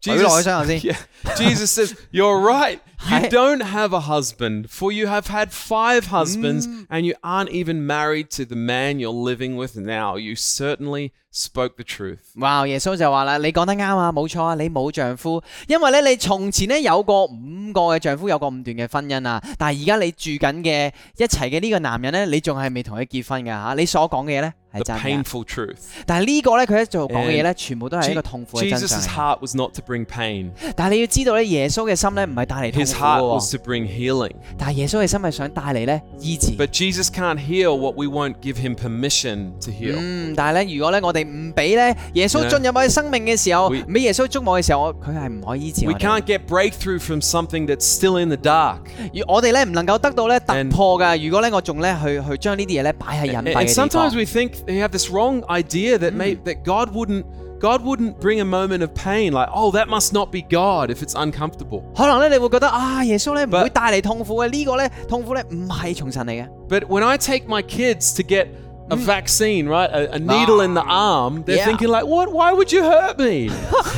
B: 係舉落去箱頭先。
A: Yeah. Jesus says, You're right. You
B: Hey.
A: don't have a husband, for you have had five husbands, and you aren't even married to the man you're living with now. You certainly spoke the truth.
B: 哇！耶穌就話啦：你講得啱啊，冇錯啊，你冇丈夫，因為咧你從前咧有過五個嘅丈夫，有過五段嘅婚姻啊，但係而家你住緊嘅一齊嘅呢個男人咧，你仲係未同佢結婚㗎嚇，你所講嘅嘢咧
A: The
B: 係真嘅，
A: painful truth.
B: 但係呢個咧佢一做講嘅嘢
A: And
B: 咧，全部都係一個痛苦嘅真
A: Jesus'
B: 相。
A: heart was not to bring pain,
B: 但係你要知道咧，耶穌嘅心咧唔係帶嚟痛
A: his
B: 苦
A: heart
B: 嘅
A: was
B: 喎，
A: to bring healing.
B: 但係耶穌嘅心係想帶嚟咧醫治。
A: But Jesus can't heal what we won't give him permission to heal.
B: 嗯，但係咧，如果咧我哋唔俾咧耶穌
A: Yeah.
B: 進入我哋生命嘅時候，
A: 啊 We-
B: 唔俾耶穌觸摸嘅時候，我佢係唔可以醫治
A: We
B: 我哋嘅。
A: can't get breakthrough from something that's still in the dark.
B: 而我哋咧唔能夠得到咧突
A: And-
B: 破㗎。如果咧我仲咧去去將呢啲嘢咧擺喺隱
A: And, and
B: 蔽嘅地
A: sometimes
B: 方。
A: we think they have this wrong idea that may, that God wouldn't God wouldn't bring a moment of pain like oh that must not be God if it's uncomfortable.
B: 可能咧，你會覺得啊，耶穌咧唔
A: But-
B: 會帶嚟痛苦嘅，呢個咧痛苦咧唔係從神嚟嘅。
A: But when I take my kids to get a vaccine, right, a, a needle in the arm, they're
B: Yeah.
A: thinking like what? Why would you hurt me?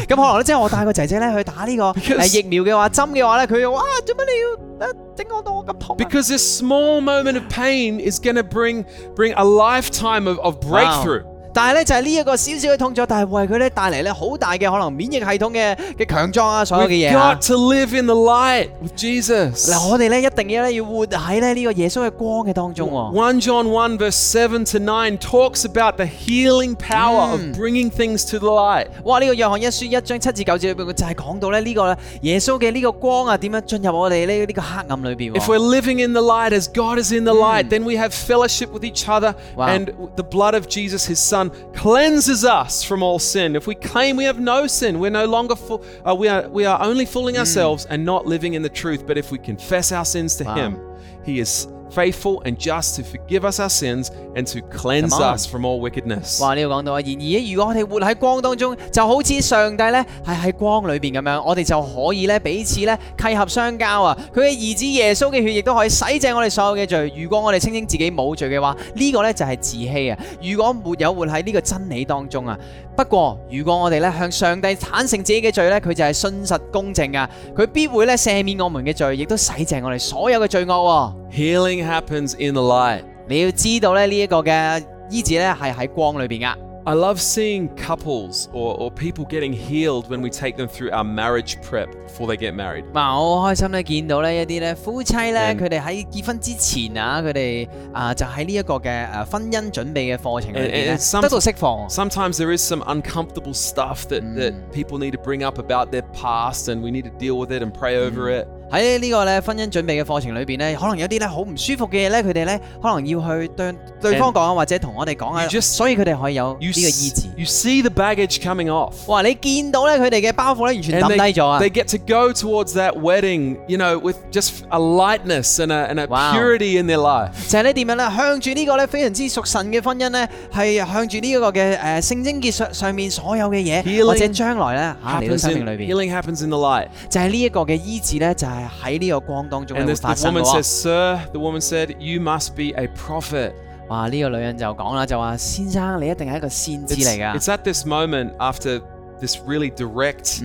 B: 咁可能咧，即係我帶個仔仔咧去打呢個
A: Because-
B: 誒疫苗嘅話，針嘅話咧，佢又哇，啊做乜你要誒啊整我到我咁痛啊？
A: Because this small moment of pain is going to bring bring a lifetime of, of breakthrough.
B: 但係咧就係呢一個小小嘅痛楚，但係為佢咧帶嚟咧好大嘅可能免疫系統嘅嘅強壯啊，所有嘅
A: We've
B: 嘢啊
A: got。to live in the light with Jesus.
B: 嗱，我哋咧一定要咧要活喺咧呢個耶穌嘅光嘅當中喎。
A: 1 John 1, verse 7 to 9 talks about the healing power
B: Mm.
A: of bringing things to the light.
B: 哇！呢、個約翰一書一章七至九節裏邊，佢就係講到咧呢個耶穌嘅呢個光啊，點樣進入我哋呢呢個黑暗裏邊
A: If
B: 喎。
A: we're living in the light as God is in the light, then we have fellowship with each other,
B: Mm. Wow.
A: and the blood of Jesus, his son, cleanses us from all sin. If we claim we have no sin, we're no longer fool- uh, we are we are only
B: Mm.
A: fooling ourselves and not living in the truth. But if we confess our sins to
B: Wow.
A: him, he is faithful and just to forgive us our sins and to cleanse
B: Come on.
A: us from all wickedness.
B: 哇！呢度講到啊，然而如果我哋活喺光當中，就好似上帝咧係喺光裏邊咁樣，我哋就可以咧彼此咧契合相交啊！佢嘅兒子耶穌嘅血亦都可以洗淨我哋所有嘅罪。如果我哋稱稱自己冇罪嘅話，呢、個咧就係自欺啊！如果沒有活喺呢個真理當中啊，不過如果我哋咧向上帝坦誠自己嘅罪咧，佢就係信實公正啊！佢必會咧赦免我們嘅罪，亦都洗淨我哋所有嘅罪惡喎。
A: Healing happens in the light.
B: 你要知道咧呢一個嘅醫治咧係喺光裏邊啊噶。
A: I love seeing couples or, or people getting healed when we take them through our marriage prep before they get married.
B: 哇！我好開心咧，見到咧一啲咧夫妻咧，
A: 嗯
B: 佢哋喺結婚之前啊，佢哋啊就喺呢一個嘅誒婚姻準備嘅課程裏邊咧，
A: 誒誒誒
B: 得到釋放。
A: Sometimes there is some uncomfortable stuff that, that people need to bring up about their past and we need to deal with it and pray over it.
B: 喺呢個咧婚姻準備嘅課程裏邊咧，可能有啲咧好唔舒服嘅嘢咧，佢哋咧可能要去對對方講啊，或者同我哋講啊，
A: You just-
B: 所以佢哋可以有呢個
A: You,
B: 醫
A: s-
B: 治。
A: you see the baggage coming off.
B: 哇！你見到咧佢哋嘅包袱咧，完全
A: And
B: 抌
A: they,
B: 低咗啊
A: they！get to go towards that wedding, you know, with just a lightness and a, and a
B: Wow.
A: purity in their life.
B: 就係咧點樣咧，向住呢個咧非常之屬神嘅婚姻咧，係向住呢一個嘅誒聖經結上上面所有嘅嘢，
A: Healing
B: 或者將來咧嚇嚟到
A: Happens
B: 生
A: in-
B: 命裏邊。
A: healing happens in the light.
B: 就係呢一個嘅醫治咧，就係喺呢個光當中
A: And
B: 咧會
A: this,
B: 發
A: the
B: 生嘅
A: woman
B: 喎
A: says, Sir, the woman said, you must be a prophet.
B: 哇！呢、個女人就講啦，就話先生你一定係一個先知
A: It's,
B: 嚟
A: it's
B: 㗎。
A: at this moment after this really direct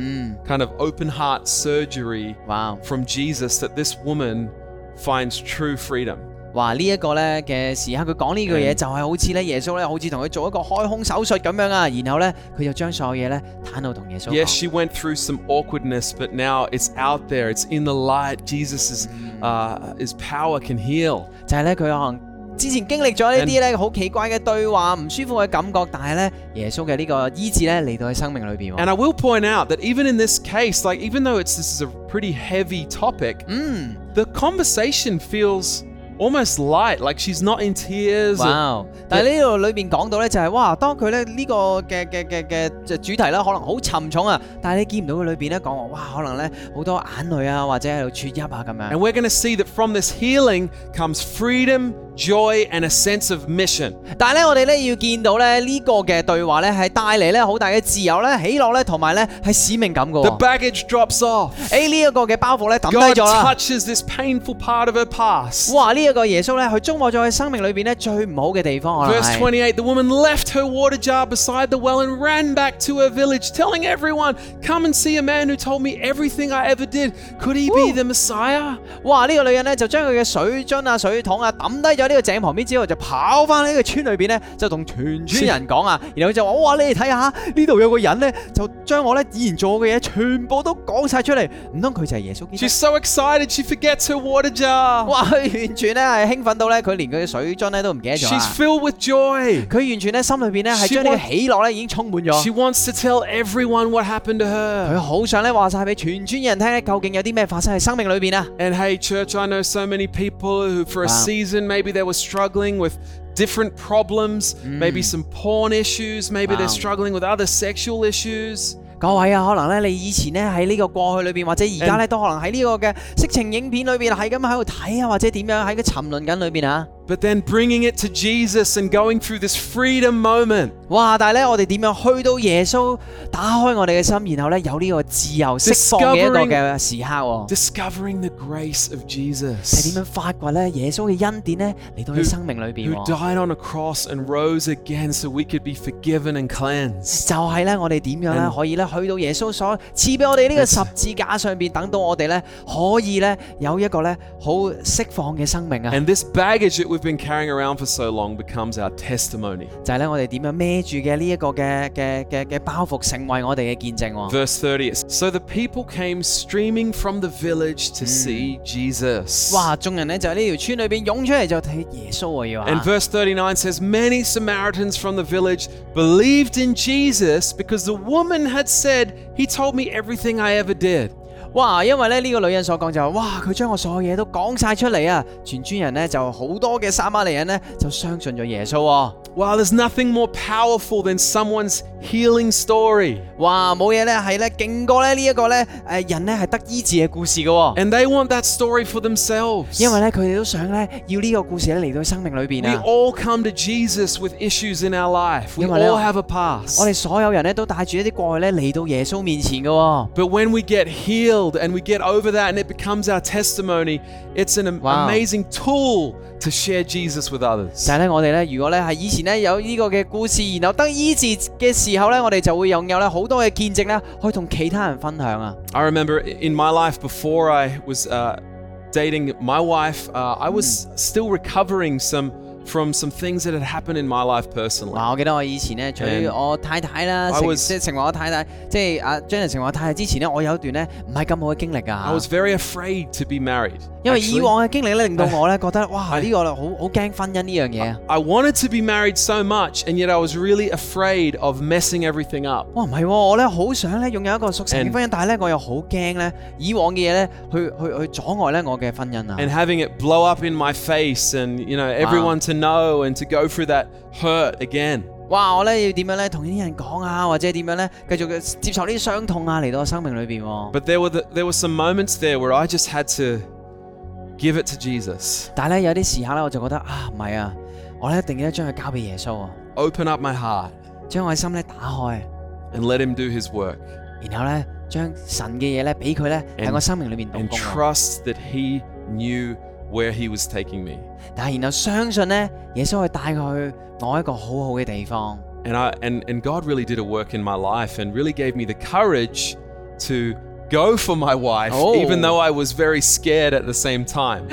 A: kind of open heart surgery
B: 哇！
A: from Jesus that this woman finds true freedom.
B: 哇！呢、一個咧嘅時刻，佢講呢句嘢就係好似咧耶穌咧，好似同佢做一個開胸手術咁樣啊。然後咧，佢就將所有嘢咧攤到同耶穌
A: Yes,
B: 講。
A: she went through some awkwardness, but now it's out there. It's in the light. Jesus is, uh, his power can heal.
B: 就係咧佢可能之前經歷咗呢啲咧好奇怪嘅對話、唔舒服嘅感覺，但係咧耶穌嘅呢個醫治咧嚟到佢生命裏邊喎。
A: And I will point out that even in this case, like even though it's this is a pretty heavy topic,
B: 嗯。
A: the conversation feels almost light. Like she's not in tears.
B: 哇！但係呢度裏面講到咧，就係哇，當佢咧呢個嘅嘅嘅嘅嘅主題咧，可能好沉重啊，但係你見唔到佢裏邊咧講話，哇，可能咧好多眼淚啊，或者喺度啜泣啊咁
A: And
B: 樣。
A: we're going to see that from this healing comes freedom, joy, and a sense of mission.
B: 但係咧，我哋咧要見到咧呢個嘅對話咧，係帶嚟咧好大嘅自由咧、喜樂咧，同埋咧係使命感噶
A: The
B: 喎。
A: baggage drops off.
B: 誒呢一個嘅包袱咧抌
A: God
B: 低咗啦。
A: touches this painful part of her past.
B: 哇！呢、一一個耶穌咧，佢觸摸咗佢生命裏邊咧最唔好嘅地方，可能
A: Verse
B: 係。
A: 28 The woman left her water jar beside the well and ran back to her village, telling everyone, Come and see a man who told me everything I ever did. Could he be
B: Woo.
A: the Messiah?
B: 哇！呢、個女人咧就將佢嘅水樽啊、水桶啊抌低咗呢個井旁邊之後，就跑翻呢個村裏邊咧，就同全村人講啊，然後就話：哇！你哋睇下呢度有個人咧，就將我咧以前做過嘅嘢全部都講晒出嚟，唔通佢就係耶穌基
A: She's
B: 督？
A: so
B: 啊
A: excited she forgets her water jar.
B: 哇！佢完全咧係興奮到咧，佢連佢嘅水樽咧都唔記得咗
A: She's
B: 啊
A: filled with joy.
B: 佢完全咧心裏邊咧係
A: She
B: 將呢個
A: want-
B: 喜樂咧已經充滿咗
A: She，wants to tell everyone what happened to
B: 佢
A: her.
B: 好想咧話晒俾全村人聽咧，究竟有啲咩發生喺生命裏邊啊！
A: And hey, church, I know so many people who, for a
B: Wow.
A: season, maybe they were struggling with different problems, maybe some porn issues, maybe
B: Wow.
A: they're struggling with other sexual issues.
B: 各位啊，可能咧你以前咧喺呢個過去裏邊，或者而家
A: And-
B: 咧都可能喺呢個嘅色情影片裏邊係咁喺度睇啊，或者點樣喺個沉淪緊裏邊啊。
A: But then bringing it to Jesus and going through this freedom moment,
B: 哇！但係咧，我哋點樣去到耶穌打開我哋嘅心，然後咧有呢個自由釋放嘅一個嘅時刻喎，
A: discovering the grace of
B: 係
A: Jesus,
B: 點樣發掘咧耶穌嘅恩典咧嚟到你生命裏邊
A: who
B: 喎？
A: died on a cross and rose again so we could be forgiven and cleansed.
B: 就係咧，我哋點樣咧
A: And-
B: 可以咧去到耶穌所賜俾我哋呢個十字架上邊，等到我哋咧可以咧有一個咧好釋放嘅生命啊！
A: And this baggage that we've been carrying around for so long becomes our testimony.
B: 就係咧，我哋點樣孭住嘅呢一個嘅嘅嘅嘅包袱，成為我哋嘅見證喎。
A: Verse 30 it's, So the people came streaming from the village to see Jesus.
B: 哇！眾人咧就喺呢條村裏邊湧出嚟就睇耶穌喎，要
A: And
B: 啊！
A: verse 39 says, Many Samaritans from the village believed in Jesus because the woman had said, He told me everything I ever did.
B: 哇！因為咧呢個女人所講就係哇，佢將我所有嘢都講晒出嚟啊！全村人咧就好多嘅撒瑪利人咧就相信咗耶穌喎。
A: Wow, there's nothing more powerful than someone's healing story.
B: 哇！冇嘢咧係咧勁過咧呢一個咧誒人咧係得醫治嘅故事嘅喎。
A: And they want that story for themselves.
B: 因為咧佢哋都想咧要呢個故事咧嚟到生命裏邊
A: we
B: 啊！
A: all come to Jesus with issues in our life. We
B: Nhưng mà Leo-
A: all have a past.
B: 我哋所有人咧都帶住一啲過去咧嚟到耶穌面前嘅喎。
A: But when we get healed and we get over that and it becomes our testimony, it's an am-
B: Wow.
A: amazing tool to share Jesus with others.
B: 就係咧，我哋咧，如果咧係以前咧有呢個嘅故事，然後得醫治嘅時候咧，我哋就會擁有咧好多嘅見證咧，可以同其他人分享啊！
A: I remember i- in my life before I was uh, dating my wife, uh, I was still recovering some from some things that had happened in my life personally.
B: 嗱，我記得我以前咧娶
A: And
B: 我太太啦，
A: 嗯 I
B: 成
A: was-
B: 即係成為我太太，即係阿張人成為我太太之前咧，我有一段咧唔係咁好嘅經歷
A: I
B: 啊
A: was，very afraid to be married.
B: 因為
A: actually.
B: 以往嘅經歷咧令到我咧覺得哇
A: I-
B: 呢個好好驚婚姻呢樣嘢啊！
A: I wanted to be married so much, and yet I was really afraid of messing everything up.
B: 哇，唔係喎，我咧好想咧擁有一個屬神
A: And-
B: 嘅婚姻，但係咧我又好驚咧以往嘅嘢咧去去去阻礙咧我嘅婚姻啊！
A: And having it blow up in my face, and you know everyone to know, and to go through that hurt again.
B: 哇！我咧要點樣咧同呢啲人講啊，或者點樣咧繼續嘅接受呢啲傷痛啊，嚟到我生命裏邊喎。
A: But there were the, there were some moments there where I just had to give it to Jesus,
B: 但係咧有啲時刻咧，我就覺得啊，唔係啊，我咧一定要將佢交俾耶穌啊，
A: open up my heart,
B: 將我嘅心咧打開，
A: and let Him do His work,
B: 然後咧將神嘅嘢咧俾佢咧
A: And-
B: 喺我生命裏面動
A: and
B: 工啊。
A: trust that He knew where He was taking me.
B: 但係然後相信咧，耶穌去帶佢去我一個好好嘅地方。
A: And I and and God really did a work in my life, and really gave me the courage to. Go for my wife,
B: Oh.
A: even though I was very scared at the same time.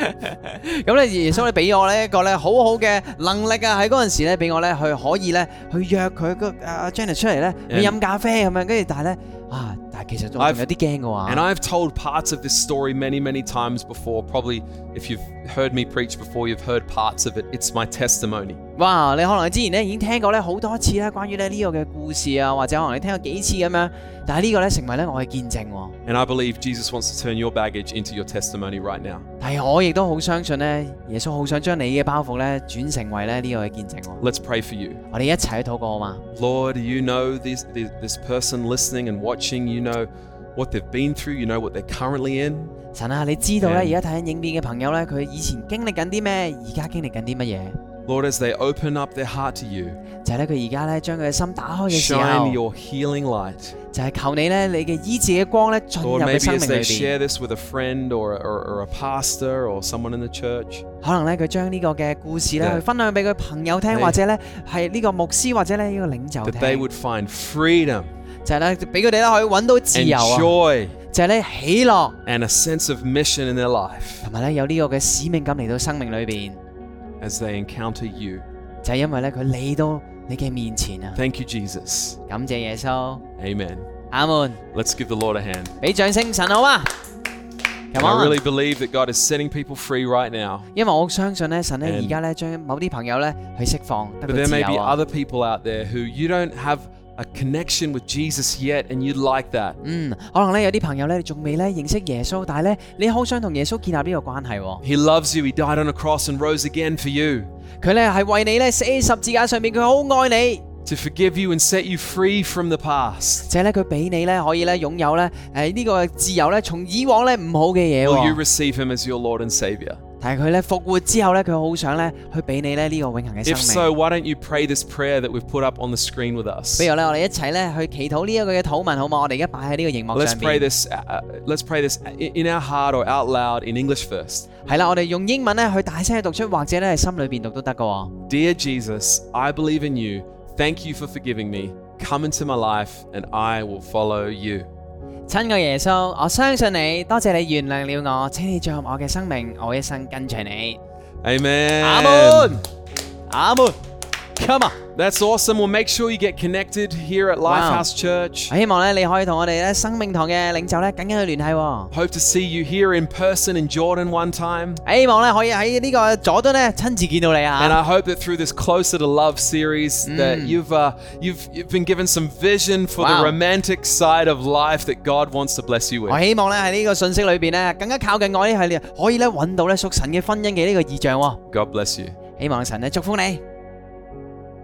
B: 咁咧，耶穌咧俾我咧一個咧好好嘅能力啊！喺嗰陣時咧，俾我咧去可以咧去約佢個阿 Janet 出嚟咧去
A: And-
B: 飲咖啡咁樣，跟住但係咧啊，但係其實仲
A: I've-
B: 有啲驚
A: And
B: 嘅喎。
A: I've told parts of this story many, many times before. Probably if you've heard me preach before, you've heard parts of it. It's my testimony.
B: 哇！你可能之前咧已經聽過咧好多次啦，關於咧呢個嘅故事啊，或者可能你聽過幾次咁樣，但係呢個咧成為咧我嘅見證喎。
A: And I believe Jesus wants to turn your baggage into your testimony right now.
B: 但係我亦都好相信咧，耶穌好想將你嘅包袱咧轉成為咧呢個嘅見證喎。
A: Let's pray for you.
B: 我哋一齊去禱告好嘛？
A: Lord, you know this, this, this person listening and watching, you know what they've been through, you know what they're currently in.
B: 神啊，你知道咧
A: And-
B: 而家睇緊影片嘅朋友咧，佢以前經歷緊啲咩，而家經歷緊啲乜嘢？
A: Lord, as they open up their heart to you,
B: 就係咧佢而家咧將佢嘅心打開嘅時
A: shine
B: 候，
A: your healing light.
B: 就係求你咧，你嘅醫治嘅光咧進入
A: Lord,
B: 佢
A: maybe
B: 生命
A: as
B: 裏
A: they
B: 邊。
A: share this with a friend or, or, or a pastor or someone in the church,
B: 可能咧佢將呢個嘅故事咧
A: Yeah.
B: 去分享俾佢朋友聽，
A: They-
B: 或者咧係呢個牧師或者咧呢個領袖
A: that they
B: 聽，
A: would find freedom
B: 就係咧俾佢哋咧可以揾到自
A: and
B: 由啊，
A: joy
B: 就係咧喜樂，
A: and a sense of mission in their life
B: 同埋咧有呢個嘅使命感嚟到生命裏邊，
A: as they encounter you.
B: 就係因為咧佢嚟到你嘅面前啊！
A: Thank you, Jesus.
B: 感謝耶穌，
A: Amen.
B: 阿門，
A: Let's give the Lord a hand.
B: 俾掌聲神好嘛
A: And
B: ？Come
A: I
B: on！
A: really believe that God is setting people free right now.
B: 因為我相信咧，神咧
A: And-
B: 而家咧將某啲朋友咧去釋放，得
A: But
B: 佢
A: there
B: 自
A: may be
B: 由啊。
A: other people out there who you don't have a connection with Jesus yet, and you'd like that.
B: 嗯，可能咧有啲朋友咧仲未咧認識耶穌，但係咧你好想同耶穌建立呢個關係喎。
A: He loves you. He died on a cross and rose again for you
B: 佢咧係為你咧死喺十字架上面，佢好愛你，
A: to forgive you and set you free from the past.
B: 就係咧佢俾你咧可以咧擁有咧誒呢個自由咧，從以往咧唔好嘅嘢
A: Will you
B: 喎。
A: receive him as your Lord and Savior?
B: 但係佢咧復活之後咧，佢好想咧去俾你咧呢個永恆嘅
A: If
B: 生
A: so,。
B: 命
A: why don't you pray this prayer that we've put up on the screen with us?
B: 不如咧，我哋一齊咧去祈禱呢一個嘅禱文，好唔好？我哋而家擺喺呢個熒幕
A: Let's
B: 上
A: pray
B: 邊。
A: this. uh, Uh, let's pray this i- in our heart or out loud in English first.
B: 係啦，我哋用英文咧去大聲去讀出，或者咧喺心裏邊讀都得㗎喎。
A: Dear Jesus, I believe in you. Thank you for forgiving me. Come into my life, and I will follow you.
B: 亲爱耶穌，我相信你，多謝你原諒了我，請你進入我嘅生命，我一生跟隨你。
A: Amen.
B: 阿門，阿門，come on！
A: That's awesome. Well, make sure you get connected here at Lifehouse Church.
B: 我希望咧，你可以同我哋咧生命堂嘅領袖咧緊緊去聯繫喎。
A: Hope to see you here in person in Jordan one time.
B: 希望咧可以喺呢個佐敦咧親自見到你
A: And I
B: 啊！
A: hope that through this Closer to Love series that you've, uh, you've you've been given some vision for
B: Wow.
A: the romantic side of life that God wants to bless you with.
B: 我希望咧喺呢個信息裏邊咧更加靠近我呢系列，可以咧揾到咧屬神嘅婚姻嘅呢個意象喎。
A: God bless you.
B: 希望神咧祝福你。